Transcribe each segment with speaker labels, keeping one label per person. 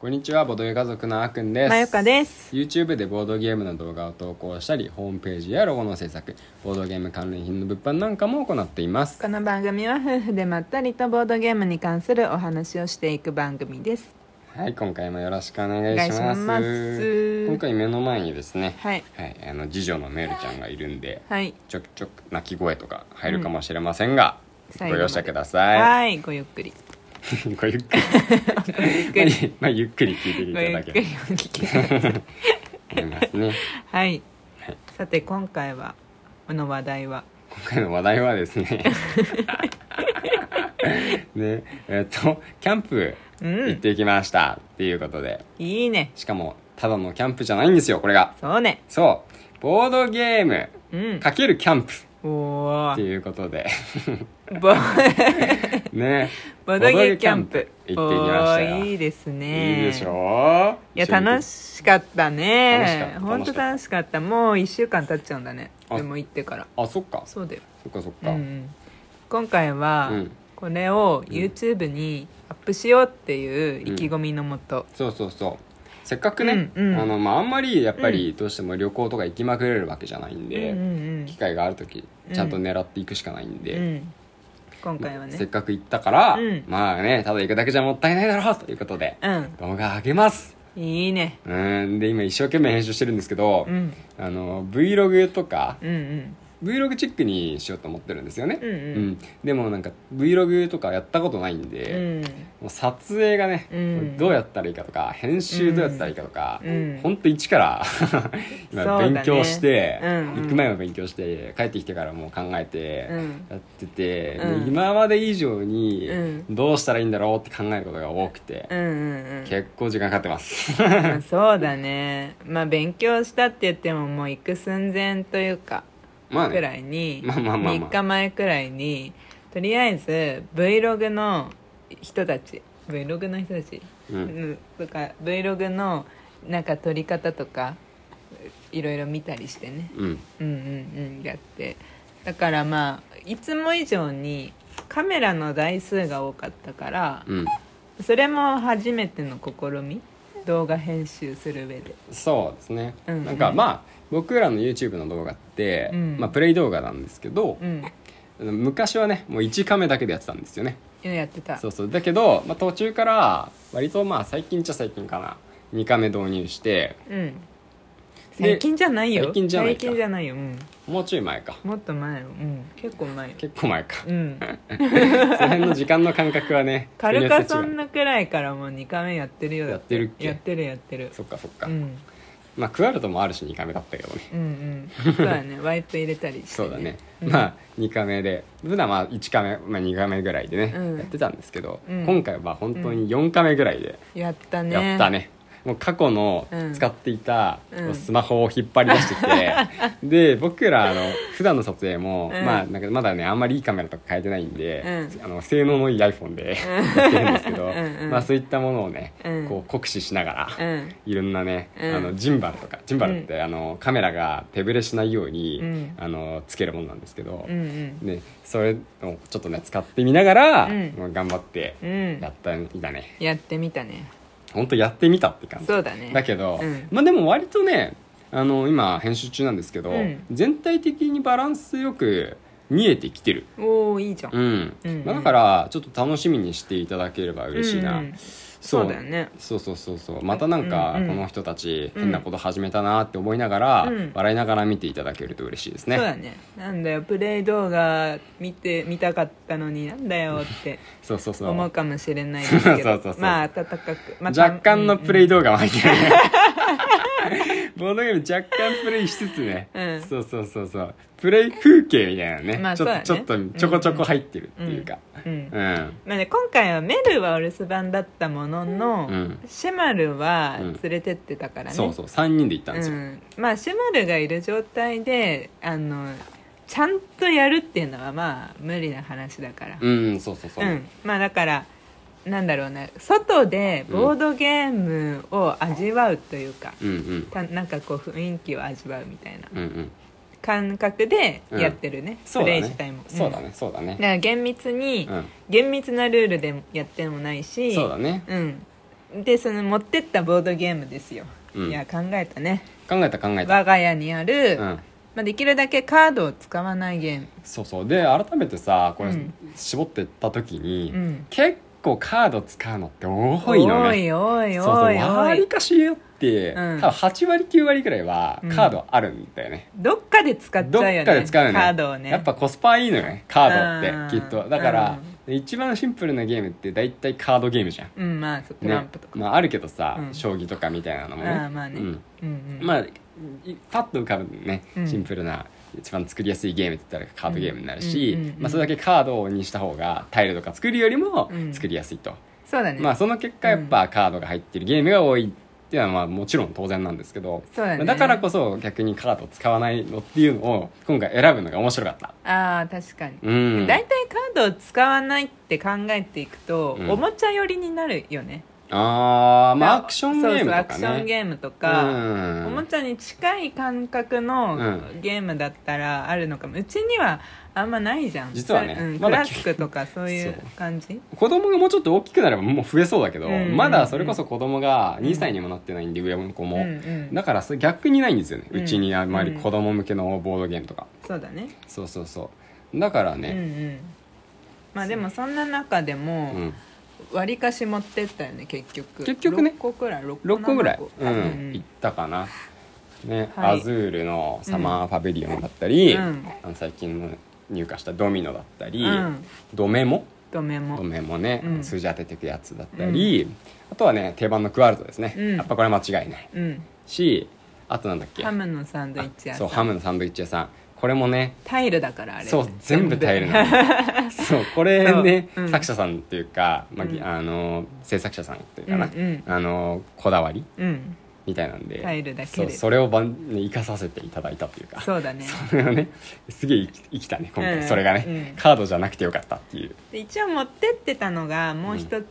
Speaker 1: こんにちはボドゲ家族のあーくんです
Speaker 2: まゆかです
Speaker 1: YouTube でボードゲームの動画を投稿したりホームページやロゴの制作ボードゲーム関連品の物販なんかも行っています
Speaker 2: この番組は夫婦でまったりとボードゲームに関するお話をしていく番組です
Speaker 1: はい今回もよろしくお願いします
Speaker 2: お願いします
Speaker 1: 今回目の前にですね
Speaker 2: はい
Speaker 1: はい、あの次女のメルちゃんがいるんで
Speaker 2: はい
Speaker 1: ちょくちょく泣き声とか入るかもしれませんが、
Speaker 2: 最
Speaker 1: ご
Speaker 2: 後まで
Speaker 1: 容赦くだ
Speaker 2: はい
Speaker 1: さい
Speaker 2: ごゆっくり
Speaker 1: ごゆっくり
Speaker 2: ゆっくり
Speaker 1: まあまあゆっくり聞いてい
Speaker 2: ご
Speaker 1: た
Speaker 2: ゆ
Speaker 1: だ
Speaker 2: っくりお
Speaker 1: け
Speaker 2: 聞きください
Speaker 1: 思いますね
Speaker 2: はい
Speaker 1: はい
Speaker 2: さて今回はこの話題は
Speaker 1: 今回の話題はです ねねえっとキャンプ
Speaker 2: う
Speaker 1: 行っ
Speaker 2: ん
Speaker 1: てきましたっていうことで
Speaker 2: いいね
Speaker 1: しかもただのキャンプじゃないんですよこれが
Speaker 2: そうね
Speaker 1: そうボードゲーム
Speaker 2: うん
Speaker 1: かけるキャンプ
Speaker 2: お
Speaker 1: っ
Speaker 2: お
Speaker 1: ていうこと で
Speaker 2: ボ
Speaker 1: ね
Speaker 2: ボードゲームキャンプ
Speaker 1: ボードゲームキャンプ行ってきましたよ
Speaker 2: おーいいですね
Speaker 1: いいでしょ
Speaker 2: いや楽しかったね
Speaker 1: 楽しかった
Speaker 2: 本当楽しかったもう1週間経っちゃうんだね
Speaker 1: あ
Speaker 2: でも行ってから
Speaker 1: あそっかそ
Speaker 2: そうだよ、
Speaker 1: っかそっ
Speaker 2: うん
Speaker 1: か、
Speaker 2: うん、今回は
Speaker 1: うん
Speaker 2: これを YouTube にアップしようっていう意気込みのもと、
Speaker 1: そうそうそうせっかくね、
Speaker 2: うんうん
Speaker 1: あのまあ、あんまりやっぱりどうしても旅行とか行きまくれるわけじゃないん
Speaker 2: うん
Speaker 1: で、
Speaker 2: うんうん
Speaker 1: 機会がある時
Speaker 2: うん
Speaker 1: ちゃんと狙っていくしかないんで、
Speaker 2: うん今回は
Speaker 1: せっ
Speaker 2: ね
Speaker 1: かく行ったから、
Speaker 2: うん
Speaker 1: まあねただ行くだけじゃもったいないだろうということで
Speaker 2: うん
Speaker 1: 動画上げます
Speaker 2: いいね
Speaker 1: うーんで今一生懸命編集してるんですけど、
Speaker 2: うん
Speaker 1: あの Vlog とか
Speaker 2: うん
Speaker 1: Vlog チックにしようと思ってるんですよね、
Speaker 2: うんうん
Speaker 1: でもなんか Vlog とかやったことないん
Speaker 2: う
Speaker 1: で、
Speaker 2: ん
Speaker 1: もう撮影がね、
Speaker 2: うん
Speaker 1: どうやったらいいかとか編集どうやったらいいかとか、
Speaker 2: うん
Speaker 1: ほんと一から 今
Speaker 2: そうだね
Speaker 1: 勉強して、
Speaker 2: うんうん
Speaker 1: 行く前も勉強して帰ってきてからもう考えて
Speaker 2: うん
Speaker 1: やってて、
Speaker 2: うん
Speaker 1: で今まで以上に
Speaker 2: うん
Speaker 1: どうしたらいいんだろうって考えることが多くて、
Speaker 2: うんうんうん
Speaker 1: 結構時間かかってます
Speaker 2: まあそうだねまあ勉強したって言ってももう行く寸前というか
Speaker 1: まあ
Speaker 2: く
Speaker 1: ね
Speaker 2: らいに
Speaker 1: まあまあまあまあ
Speaker 2: 3日前くらいにとりあえず Vlog の人たち Vlog の人たち、
Speaker 1: うん
Speaker 2: うんとか Vlog のなんか撮り方とかいろいろ見たりしてね
Speaker 1: うん
Speaker 2: うんうんうんやってだからまあいつも以上にカメラの台数が多かったから
Speaker 1: うん
Speaker 2: それも初めての試み動画編集する上で
Speaker 1: そうですね、
Speaker 2: うんうん
Speaker 1: なんかまあ僕らの YouTube の動画って、
Speaker 2: うん
Speaker 1: まあ、プレイ動画なんですけど
Speaker 2: う、ん
Speaker 1: 昔はねもう1カメだけでやってたんですよね
Speaker 2: やってた
Speaker 1: そうそうだけど、まあ、途中から割とまあ最近っちゃ最近かな2カメ導入して
Speaker 2: うん
Speaker 1: で
Speaker 2: 最近じゃないよ
Speaker 1: 最近じゃないか
Speaker 2: 最近じゃないよ、うん、
Speaker 1: もうちょい前か
Speaker 2: もっと前よ、うん、結構前よ
Speaker 1: 結構前 か
Speaker 2: うん、
Speaker 1: その辺の時間の感覚はね
Speaker 2: 軽
Speaker 1: 人
Speaker 2: か
Speaker 1: によ
Speaker 2: そ
Speaker 1: って違うん
Speaker 2: なくらいからもう2回目やってるよだ
Speaker 1: やってるっけ
Speaker 2: やってるやってる
Speaker 1: そっかそっか、
Speaker 2: うん
Speaker 1: まあクアルトもあるし2カメだったけ どね
Speaker 2: うんうんそう だねワイプ入れたりして、
Speaker 1: そうだね、
Speaker 2: うん
Speaker 1: まあ2カメで普段は1カメ、まあ、2カメぐらいでね、
Speaker 2: うん
Speaker 1: やってたんですけど、
Speaker 2: うん
Speaker 1: 今回は本当に4カメぐらいで
Speaker 2: やったね
Speaker 1: やったね、もう過去の
Speaker 2: うん
Speaker 1: 使っていた
Speaker 2: うん
Speaker 1: スマホを引っ張り出してき て、で僕らあの普段の撮影も、
Speaker 2: うん
Speaker 1: まあ、なんかまだねあんまりいいカメラとか変えてないんで、
Speaker 2: う
Speaker 1: あの性能のいい iPhone でやってるんですけど
Speaker 2: うんうん
Speaker 1: まあ、そういったものをね、
Speaker 2: うん
Speaker 1: こう酷使しながら。
Speaker 2: うん
Speaker 1: いろんなね、
Speaker 2: うん
Speaker 1: あのジンバルとかジンバルって、あのカメラが手ぶれしないように、
Speaker 2: うん
Speaker 1: あのつけるものなんですけど、
Speaker 2: うんうん
Speaker 1: ね、それをちょっとね使ってみながら、
Speaker 2: うん
Speaker 1: まあ頑張って
Speaker 2: うん
Speaker 1: やったんだね、
Speaker 2: やってみたね
Speaker 1: 本当やってみたって感じ
Speaker 2: そうだね
Speaker 1: だけど、
Speaker 2: うん
Speaker 1: まあでも割とねあの今編集中なんですけど、
Speaker 2: うん
Speaker 1: 全体的にバランスよく見えてきてる、
Speaker 2: おおいいじゃん、
Speaker 1: うん
Speaker 2: うんうん
Speaker 1: まあだからちょっと楽しみにしていただければ嬉しいな、
Speaker 2: うんそうだよね
Speaker 1: そうそうそうそうまたなんか
Speaker 2: うんうん
Speaker 1: この人たち
Speaker 2: うん
Speaker 1: 変なこと始めたなって思いながら、
Speaker 2: うん
Speaker 1: 笑いながら見ていただけると嬉しいですね、
Speaker 2: そうだねなんだよプレイ動画見て見たかったのになんだよって
Speaker 1: そうそうそう
Speaker 2: 思うかもしれないですけど
Speaker 1: そうそうそう
Speaker 2: まあ温かく、また、
Speaker 1: 若干のプレイ
Speaker 2: ド、
Speaker 1: 動画も入ってる、 ボードゲーム若干プレイしつつね、
Speaker 2: うん
Speaker 1: そうそうそうそうプレイ風景みたいなね,、
Speaker 2: まあ
Speaker 1: ちょっと
Speaker 2: そうだね
Speaker 1: ちょっとちょこちょこ入ってるっていうか
Speaker 2: うんうん
Speaker 1: うん、
Speaker 2: まあね、今回はメルはお留守番だったものの、
Speaker 1: うん
Speaker 2: シェマルは
Speaker 1: うん
Speaker 2: 連れてってたからね、
Speaker 1: そうそう3人で行ったんですよ、
Speaker 2: んまあシェマルがいる状態であのちゃんとやるっていうのはまあ無理な話だから
Speaker 1: うん、そうそうそう、
Speaker 2: うんまあだからなんだろうね外でボードゲームを味わうというか、
Speaker 1: うんうん
Speaker 2: たなんかこう雰囲気を味わうみたいな
Speaker 1: うんうん
Speaker 2: 感覚でやってるね、
Speaker 1: そう
Speaker 2: プ
Speaker 1: だ
Speaker 2: レイ自体
Speaker 1: ね
Speaker 2: も
Speaker 1: そうだ
Speaker 2: ん
Speaker 1: ねそうだ
Speaker 2: だか
Speaker 1: ね
Speaker 2: ら厳密に、
Speaker 1: うん
Speaker 2: 厳密なルールでやってもないし
Speaker 1: そうだね
Speaker 2: うんでその持ってったボードゲームですよ、
Speaker 1: うん
Speaker 2: いや考えたね
Speaker 1: 考えた考えた
Speaker 2: 我が家にある、
Speaker 1: うん
Speaker 2: まあ、できるだけカードを使わないゲーム
Speaker 1: そうそうで改めてさこれ
Speaker 2: うん
Speaker 1: 絞ってった時に、
Speaker 2: うん
Speaker 1: 結構カード使うのって多いの
Speaker 2: お
Speaker 1: ね
Speaker 2: いおいおいおい
Speaker 1: そうそうわりかしよって、
Speaker 2: うん
Speaker 1: 多分8割9割くらいは
Speaker 2: うん
Speaker 1: カードあるんだよね、
Speaker 2: どっかで使っちゃ
Speaker 1: ど
Speaker 2: う
Speaker 1: っ
Speaker 2: よね
Speaker 1: かで使うよね
Speaker 2: カードをね
Speaker 1: やっぱコスパいいのよねカードって
Speaker 2: うん
Speaker 1: きっとだから、一番シンプルなゲームって大体カードゲームじゃん
Speaker 2: うんまあそうト
Speaker 1: ね
Speaker 2: ランプとか、
Speaker 1: まあ、あるけどさ、
Speaker 2: うん
Speaker 1: 将棋とかみたいなのもね
Speaker 2: ああまあね、
Speaker 1: う
Speaker 2: うんんうん
Speaker 1: まあいパッと浮かぶね
Speaker 2: うん
Speaker 1: シンプルな、一番作りやすいゲームって言ったらカードゲームになるし、
Speaker 2: うんうんうんうん
Speaker 1: まあ、それだけカードにした方がタイルとか作るよりも
Speaker 2: うん
Speaker 1: 作りやすいと、
Speaker 2: そうだね、
Speaker 1: まあ、その結果やっぱカードが入ってるゲームが多いっていうのはまあもちろん当然なんですけど
Speaker 2: そうだね
Speaker 1: まあからこそ逆にカードを使わないのっていうのを今回選ぶのが面白かった。
Speaker 2: ああ確かに、
Speaker 1: うん、
Speaker 2: 大体カードを使わないって考えていくと、
Speaker 1: うん
Speaker 2: おもちゃ寄りになるよね
Speaker 1: あーまあアクションゲームとかね
Speaker 2: そうそうアクションゲームとか、
Speaker 1: うん
Speaker 2: おもちゃに近い感覚のゲームだったらあるのかもうちにはあんまないじゃん
Speaker 1: 実はね
Speaker 2: うん、
Speaker 1: ま
Speaker 2: ク
Speaker 1: だ
Speaker 2: ラシックとかそうい
Speaker 1: そう
Speaker 2: う感じ
Speaker 1: 子供がもうちょっと大きくなればもう増えそうだけど、
Speaker 2: うん
Speaker 1: まだそれこそ子供が2歳にもなってないんで、上の子も、
Speaker 2: うんうん
Speaker 1: だからそれ逆にないんですよね、う
Speaker 2: うん
Speaker 1: ちにあんまり子供向けのボードゲームとか、
Speaker 2: そうだね
Speaker 1: そうそうそうだから
Speaker 2: うんう
Speaker 1: ね
Speaker 2: んまあでもそんな中でも、
Speaker 1: うん、
Speaker 2: 割りかし持ってったよね結局
Speaker 1: 結局ね
Speaker 2: 6個くらい6個
Speaker 1: 6個ぐらい、うん
Speaker 2: う
Speaker 1: 行っ
Speaker 2: ん
Speaker 1: たかなね、
Speaker 2: は
Speaker 1: ア
Speaker 2: い
Speaker 1: ズールのサマーパビリオンだったり、
Speaker 2: うん
Speaker 1: あの最近の入荷したドミノだったり、
Speaker 2: うん
Speaker 1: ドメモ
Speaker 2: とメモ
Speaker 1: ドメモね、
Speaker 2: うん
Speaker 1: 数字当てていくやつだったり、あとはね定番のクワルトですね、
Speaker 2: うん
Speaker 1: やっぱこれ間違いない
Speaker 2: うん
Speaker 1: しあとなんだっけ
Speaker 2: ハムのサンドイッチ屋
Speaker 1: あ
Speaker 2: さ
Speaker 1: そ
Speaker 2: ん
Speaker 1: うハムのサンドイッチ屋さんこれもね
Speaker 2: タイルだからあれ
Speaker 1: そう全部タイルなのそうこれね、
Speaker 2: そううん
Speaker 1: 作者さんっていうか、まあぎ
Speaker 2: うん
Speaker 1: あの制作者さんっていうかな、
Speaker 2: うんうん
Speaker 1: あのこだわり
Speaker 2: うん
Speaker 1: みたいなんで
Speaker 2: タイルだ
Speaker 1: そ
Speaker 2: け
Speaker 1: う
Speaker 2: で
Speaker 1: それをばんね生かさせていただいたというか
Speaker 2: そうだね
Speaker 1: それを ねすげえ生き生きたね今回、
Speaker 2: うん
Speaker 1: それがね、
Speaker 2: うん
Speaker 1: カードじゃなくてよかったっていう
Speaker 2: で一応持ってってたのがもう一つ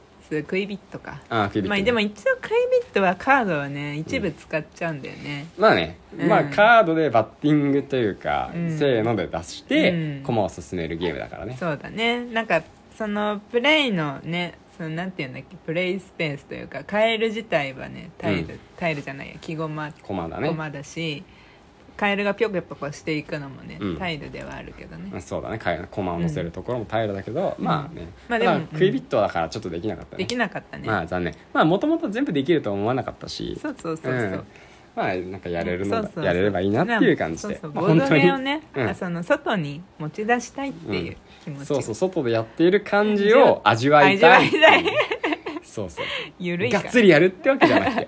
Speaker 2: クイビットか、
Speaker 1: あークイビット
Speaker 2: まあ、
Speaker 1: ね
Speaker 2: でも一応クイビットはカードはね一部使っちゃうんだよね、
Speaker 1: まあね、
Speaker 2: うん
Speaker 1: まあカードでバッティングというか、
Speaker 2: うん
Speaker 1: せーので出して、
Speaker 2: うん
Speaker 1: 駒を進めるゲームだからね
Speaker 2: そうだねなんかそのプレイのねそのなんていうんだっけプレイスペースというかカエル自体はねタイル、
Speaker 1: うん
Speaker 2: タイルじゃないや木駒
Speaker 1: 駒だね
Speaker 2: 駒だし、カエルがピョコピョコしていくのもね、
Speaker 1: うん
Speaker 2: タイルではあるけどね、
Speaker 1: うんそうだねか駒を乗せるところも平らだけど、
Speaker 2: うん
Speaker 1: まあね、
Speaker 2: まあで
Speaker 1: た
Speaker 2: も
Speaker 1: だクイビットだからちょっとできなかったね
Speaker 2: できなかったね、
Speaker 1: まあ残念まあもともと全部できるとは思わなかったし
Speaker 2: そうそうそうそう、
Speaker 1: んまあなんかやれるのだ、
Speaker 2: そうそうそう
Speaker 1: やれればいいなっていう感じで
Speaker 2: そうそう
Speaker 1: まあ
Speaker 2: ボードゲをね、
Speaker 1: うん
Speaker 2: あその外に持ち出したいっていう気持ち、
Speaker 1: そうそう外でやっている感じを味わいたい
Speaker 2: 味わいたい
Speaker 1: そうそう
Speaker 2: ゆるい
Speaker 1: が
Speaker 2: か
Speaker 1: っ
Speaker 2: ら
Speaker 1: つりやるってわけじゃなくて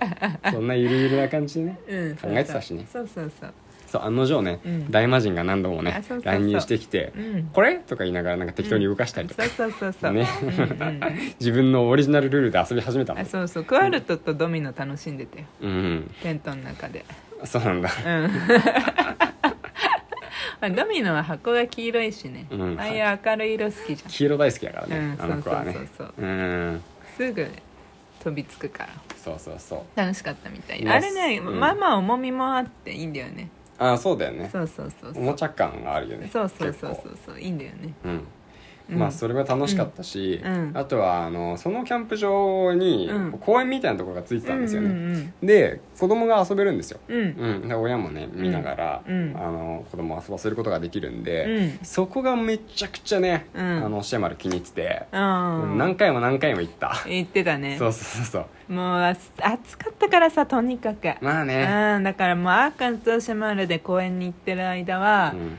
Speaker 1: そんなゆるゆるな感じでね
Speaker 2: うん、
Speaker 1: 考えてたしね
Speaker 2: そうそうそう
Speaker 1: そう案の定ね、
Speaker 2: うん
Speaker 1: 大魔神が何度も
Speaker 2: あ
Speaker 1: ね
Speaker 2: そうそうそう
Speaker 1: 乱入してきて
Speaker 2: う
Speaker 1: 「
Speaker 2: ん
Speaker 1: これ?」とか言いながらなんか適当に動かしたりとか
Speaker 2: そう、そうそうそう、
Speaker 1: ね
Speaker 2: うんうん、
Speaker 1: 自分のオリジナルルールで遊び始めたの
Speaker 2: あそうそうクワルトとドミノ楽しんでたよ
Speaker 1: うん
Speaker 2: テントの中で
Speaker 1: そうなんだ
Speaker 2: うんまあドミノは箱が黄色いしね、
Speaker 1: うん
Speaker 2: ああいう明るい色好きじゃん
Speaker 1: 黄色大好きだからね、
Speaker 2: うん
Speaker 1: あの子はね
Speaker 2: そうそうそう
Speaker 1: うん
Speaker 2: すぐ飛びつくから
Speaker 1: そうそうそう
Speaker 2: 楽しかったみたい
Speaker 1: ね
Speaker 2: あれね、
Speaker 1: うん
Speaker 2: まあまあ重みもあっていいんだよね
Speaker 1: あそうだよね
Speaker 2: そうそうそう
Speaker 1: お
Speaker 2: そう
Speaker 1: もちゃ感があるよね
Speaker 2: そうそうそう
Speaker 1: 結
Speaker 2: そ
Speaker 1: 構
Speaker 2: うそういいんだよね
Speaker 1: うん
Speaker 2: うん
Speaker 1: まあそれは楽しかったし、
Speaker 2: うんうん
Speaker 1: あとはあのそのキャンプ場に
Speaker 2: うん
Speaker 1: 公園みたいなところがついてたんですよね、
Speaker 2: うん
Speaker 1: で子供が遊べるんですよ、
Speaker 2: うんうん
Speaker 1: うん、で親もね見ながら、
Speaker 2: うん
Speaker 1: あの子供を遊ばせることができるんで、
Speaker 2: うん
Speaker 1: そこがめちゃくちゃね、
Speaker 2: うん
Speaker 1: あのシェマル気に入ってて、
Speaker 2: うん
Speaker 1: 何回も何回も行った、
Speaker 2: 言ってたね
Speaker 1: そうそうそうそう
Speaker 2: もうあ暑かったからさとにかく
Speaker 1: まあね、
Speaker 2: うん、だからもうアーカンとシャマールで公園に行ってる間は、
Speaker 1: うん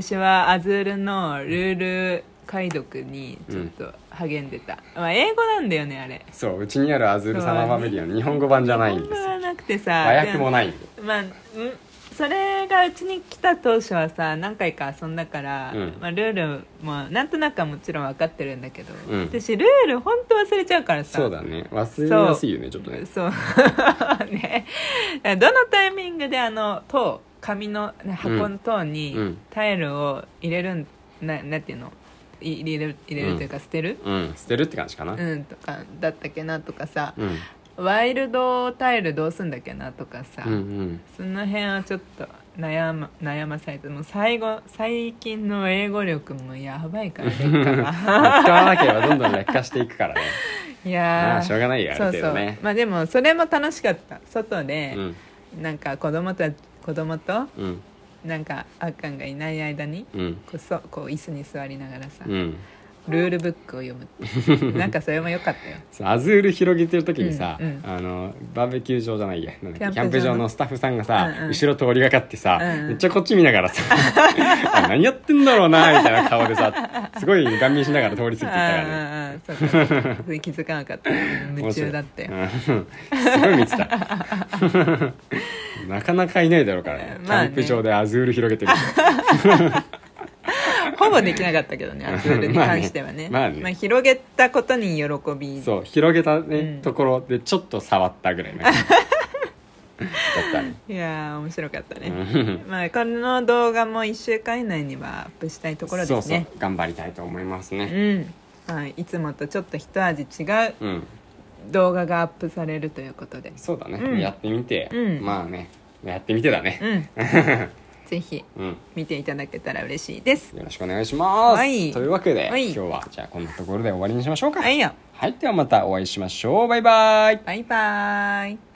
Speaker 2: 私はアズールのルール解読にちょっと励んでた、まあ、英語なんだよねあれ
Speaker 1: そううちにあるアズールサマーパビリオン日本語版じゃないんです
Speaker 2: 英語
Speaker 1: よ
Speaker 2: がなくてさ
Speaker 1: 和訳もないんで
Speaker 2: でもまあんそれがうちに来た当初はさ何回か遊んだから、
Speaker 1: うん
Speaker 2: まあ、ルールもなんとなくはもちろん分かってるんだけど、
Speaker 1: うん
Speaker 2: 私ルール本当忘れちゃうからさ
Speaker 1: そうだね忘れやすいよねちょっとね
Speaker 2: そう ねどのタイミングであの塔紙のね箱の塔
Speaker 1: うんう
Speaker 2: に
Speaker 1: ん
Speaker 2: タイルを入れるんななんていうのい入れる入れるというか捨てる、
Speaker 1: うん捨てるって感じかな
Speaker 2: うんとかだったっけなとかさ、
Speaker 1: うん
Speaker 2: ワイルドタイルどうすんだっけなとかさ、
Speaker 1: うん うん
Speaker 2: その辺はちょっと悩ま悩まされてもう最後最近の英語力もやばいから劣化が
Speaker 1: 使わなければどんどん劣化していくからね
Speaker 2: いやー
Speaker 1: まあしょうがないよある程度ね
Speaker 2: そうそうまあでもそれも楽しかった外で
Speaker 1: う、ん
Speaker 2: なんか子供と子供と
Speaker 1: うん
Speaker 2: なんかあっかんがいない間に
Speaker 1: うん
Speaker 2: こうそこう椅子に座りながらさ、
Speaker 1: うん
Speaker 2: ルールブックを読むっ てなんかそれも良かったよ
Speaker 1: さアズール広げてる時にさ、
Speaker 2: うんうん
Speaker 1: あのバーベキュー場じゃないやなんだっけキ
Speaker 2: キャンプ場の
Speaker 1: ャンプ場のスタッフさんがさ、
Speaker 2: うんうん
Speaker 1: 後ろ通りがかってさ、
Speaker 2: うんうん
Speaker 1: めっちゃこっち見ながら さあ何やってんだろうなみたいな顔でさすごい顔見しながら通り過ぎていったからね
Speaker 2: ああああそうかそうかそれ気づかなかった夢中だったよ、
Speaker 1: 面白いうん すごい見てた なかなかいないだろうからね,、
Speaker 2: まあ
Speaker 1: キ
Speaker 2: ね
Speaker 1: ャンプ場でアズール広げてる
Speaker 2: ほぼできなかったけどねアズールに関してはね
Speaker 1: まあねまあね
Speaker 2: 広げたことに喜び
Speaker 1: そう広げた、ね
Speaker 2: うん
Speaker 1: ところでちょっと触ったぐらいね だったね
Speaker 2: いやー面白かったね、
Speaker 1: うん
Speaker 2: まあ、この動画も1週間以内にはアップしたいところですね
Speaker 1: そうそう頑張りたいと思いますね
Speaker 2: うんまあ、いつもとちょっと一味違う
Speaker 1: うん、
Speaker 2: 動画がアップされるということで
Speaker 1: そうだね、
Speaker 2: うん
Speaker 1: やってみて、
Speaker 2: うん
Speaker 1: まあねやってみてだね
Speaker 2: うん ぜひ
Speaker 1: うん、
Speaker 2: 見ていただけたら嬉しいです
Speaker 1: よろしくお願いします、
Speaker 2: はい
Speaker 1: というわけで、
Speaker 2: はい
Speaker 1: 今日はじゃあこんなところで終わりにしましょうか
Speaker 2: はいよ
Speaker 1: はい、ではまたお会いしましょうバイバイ
Speaker 2: バイバイ